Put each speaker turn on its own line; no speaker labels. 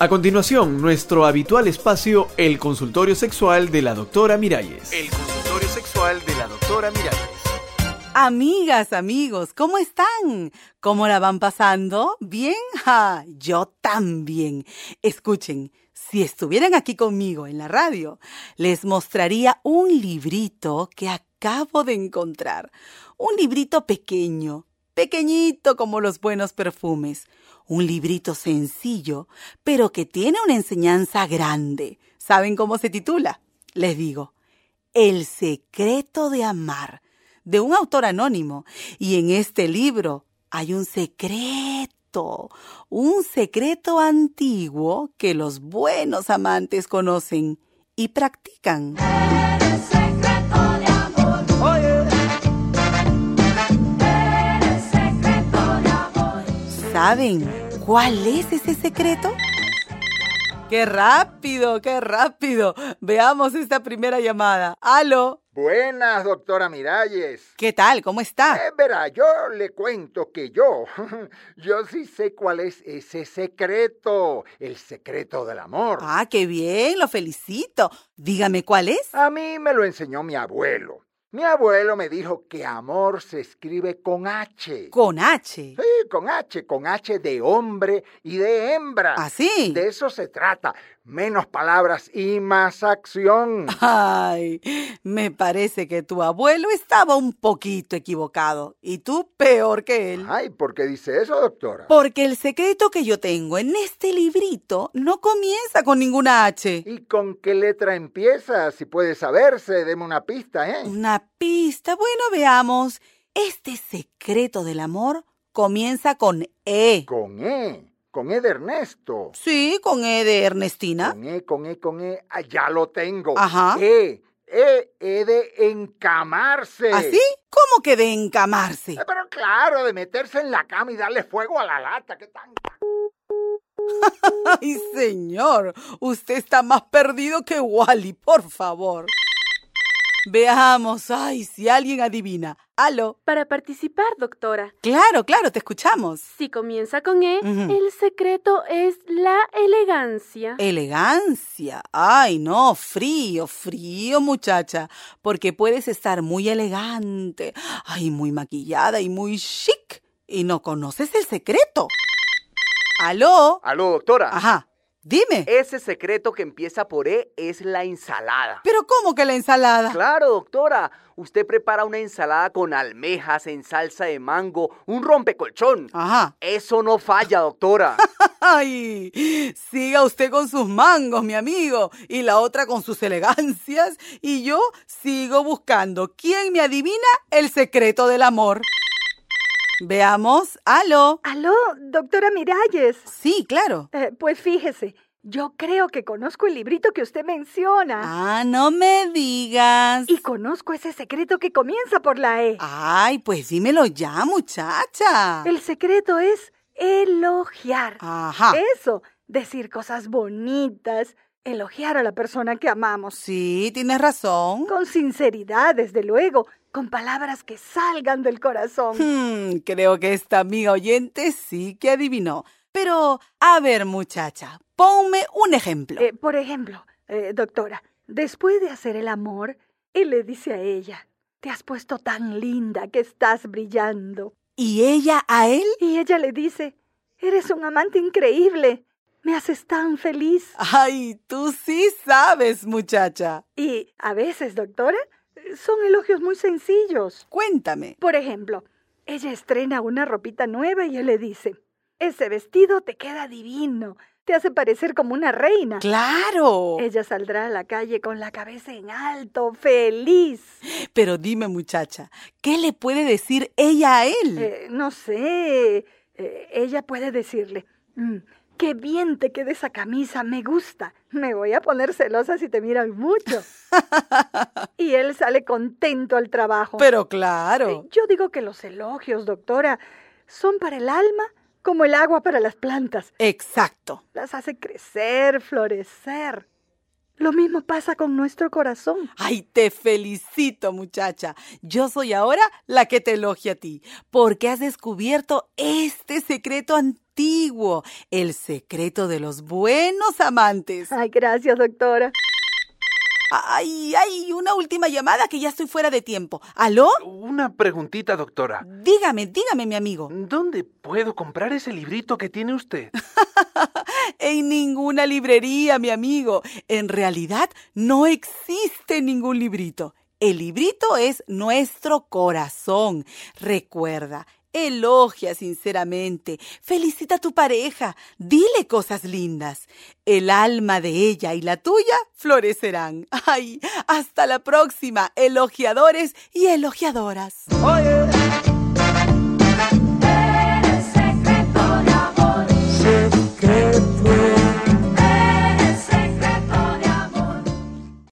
A continuación, nuestro habitual espacio, el consultorio sexual de la doctora Miralles.
El consultorio sexual de la doctora Miralles.
Amigas, amigos, ¿cómo están? ¿Cómo la van pasando? ¿Bien? ¡Ja! Yo también. Escuchen, si estuvieran aquí conmigo en la radio, les mostraría un librito que acabo de encontrar. Un librito pequeño, pequeñito como los buenos perfumes. Un librito sencillo, pero que tiene una enseñanza grande. ¿Saben cómo se titula? Les digo, El secreto de amar de un autor anónimo. Y en este libro hay un secreto, un secreto antiguo que los buenos amantes conocen y practican.
Eres secreto de amor. Eres secreto de amor.
¿Saben cuál es ese secreto? ¡Qué rápido, qué rápido! Veamos esta primera llamada. ¡Aló!
Buenas, doctora Miralles.
¿Qué tal? ¿Cómo está?
Eh, verá, yo le cuento que yo, yo sí sé cuál es ese secreto, el secreto del amor.
Ah, qué bien, lo felicito. Dígame cuál es.
A mí me lo enseñó mi abuelo. Mi abuelo me dijo que amor se escribe con H.
Con H.
Sí, con H, con H de hombre y de hembra.
¿Así?
De eso se trata. Menos palabras y más acción.
Ah, Ay, me parece que tu abuelo estaba un poquito equivocado y tú peor que él.
Ay, ¿por qué dice eso, doctora?
Porque el secreto que yo tengo en este librito no comienza con ninguna H.
¿Y con qué letra empieza? Si puede saberse, deme una pista, ¿eh?
Una pista. Bueno, veamos. Este secreto del amor comienza con E.
Con E, con E de Ernesto.
Sí, con E de Ernestina.
Con E, con E, con E. Ah, ya lo tengo.
Ajá.
E, E, E de encamarse.
¿Así? ¿Cómo que de encamarse?
Eh, Pero claro, de meterse en la cama y darle fuego a la lata. ¿Qué tan?
Ay, señor, usted está más perdido que Wally, por favor. Veamos, ay, si alguien adivina. Aló.
Para participar, doctora,
Claro, claro, te escuchamos.
si comienza con E,
Ujú.
el secreto es la elegancia.
Elegancia. Ay, no, frío, frío, muchacha, porque puedes estar muy elegante, ay, muy maquillada y muy chic, y no conoces el secreto. Aló.
Aló, doctora.
Ajá, dime.
Eh,
Ese secreto que empieza por E es la ensalada.
Pero ¿cómo que la ensalada?
Claro, doctora. Usted prepara una ensalada con almejas en salsa de mango, un rompecolchón.
Ajá.
Eso no falla, doctora.
¡Ay! Siga usted con sus mangos, mi amigo, y la otra con sus elegancias, y yo sigo buscando quién me adivina el secreto del amor. Veamos, aló.
Aló, doctora Miralles.
Sí, claro.
Eh, pues fíjese, yo creo que conozco el librito que usted menciona.
Ah, no me digas.
Y conozco ese secreto que comienza por la E.
Ay, pues dímelo ya, muchacha.
El secreto es elogiar.
Ah, Ajá.
Eso, decir cosas bonitas, elogiar a la persona que amamos.
Sí, tienes razón.
Con sinceridad, desde luego, con palabras que salgan del corazón.
Hmm, creo que esta amiga oyente sí que adivinó. Pero, a ver, muchacha, ponme un ejemplo.
Eh, por ejemplo, eh, doctora, después de hacer el amor, él le dice a ella, te has puesto tan linda que estás brillando.
¿Y ella a él?
Y ella le dice, eres un amante increíble, me haces tan feliz.
Ay, tú sí sabes, muchacha.
Y a veces, doctora, eh, son elogios muy sencillos.
Cuéntame.
Por ejemplo, ella estrena una ropita nueva y él le dice, ese vestido te queda divino, te hace parecer como una reina.
Claro.
Ella saldrá a la calle con la cabeza en alto, feliz.
Pero dime, muchacha, ¿qué le puede decir ella a él?
Eh, no sé. eh, ella puede decirle, "Mm, qué bien te queda esa camisa, me gusta. Me voy a poner celosa si te miran mucho. y él sale contento al trabajo.
Pero claro.
Eh, yo digo que los elogios, doctora, son para el alma como el agua para las plantas.
Exacto.
Las hace crecer, florecer. Lo mismo pasa con nuestro corazón.
Ay, te felicito muchacha. Yo soy ahora la que te elogia a ti, porque has descubierto este secreto antiguo, el secreto de los buenos amantes.
Ay, gracias, doctora.
Ay, ay, una última llamada que ya estoy fuera de tiempo. ¿Aló?
Una preguntita, doctora.
Dígame, dígame, mi amigo.
¿Dónde puedo comprar ese librito que tiene usted?
En ninguna librería, mi amigo. En realidad no existe ningún librito. El librito es nuestro corazón. Recuerda, elogia sinceramente, felicita a tu pareja, dile cosas lindas. El alma de ella y la tuya florecerán. ¡Ay! Hasta la próxima, elogiadores y elogiadoras.
Oye,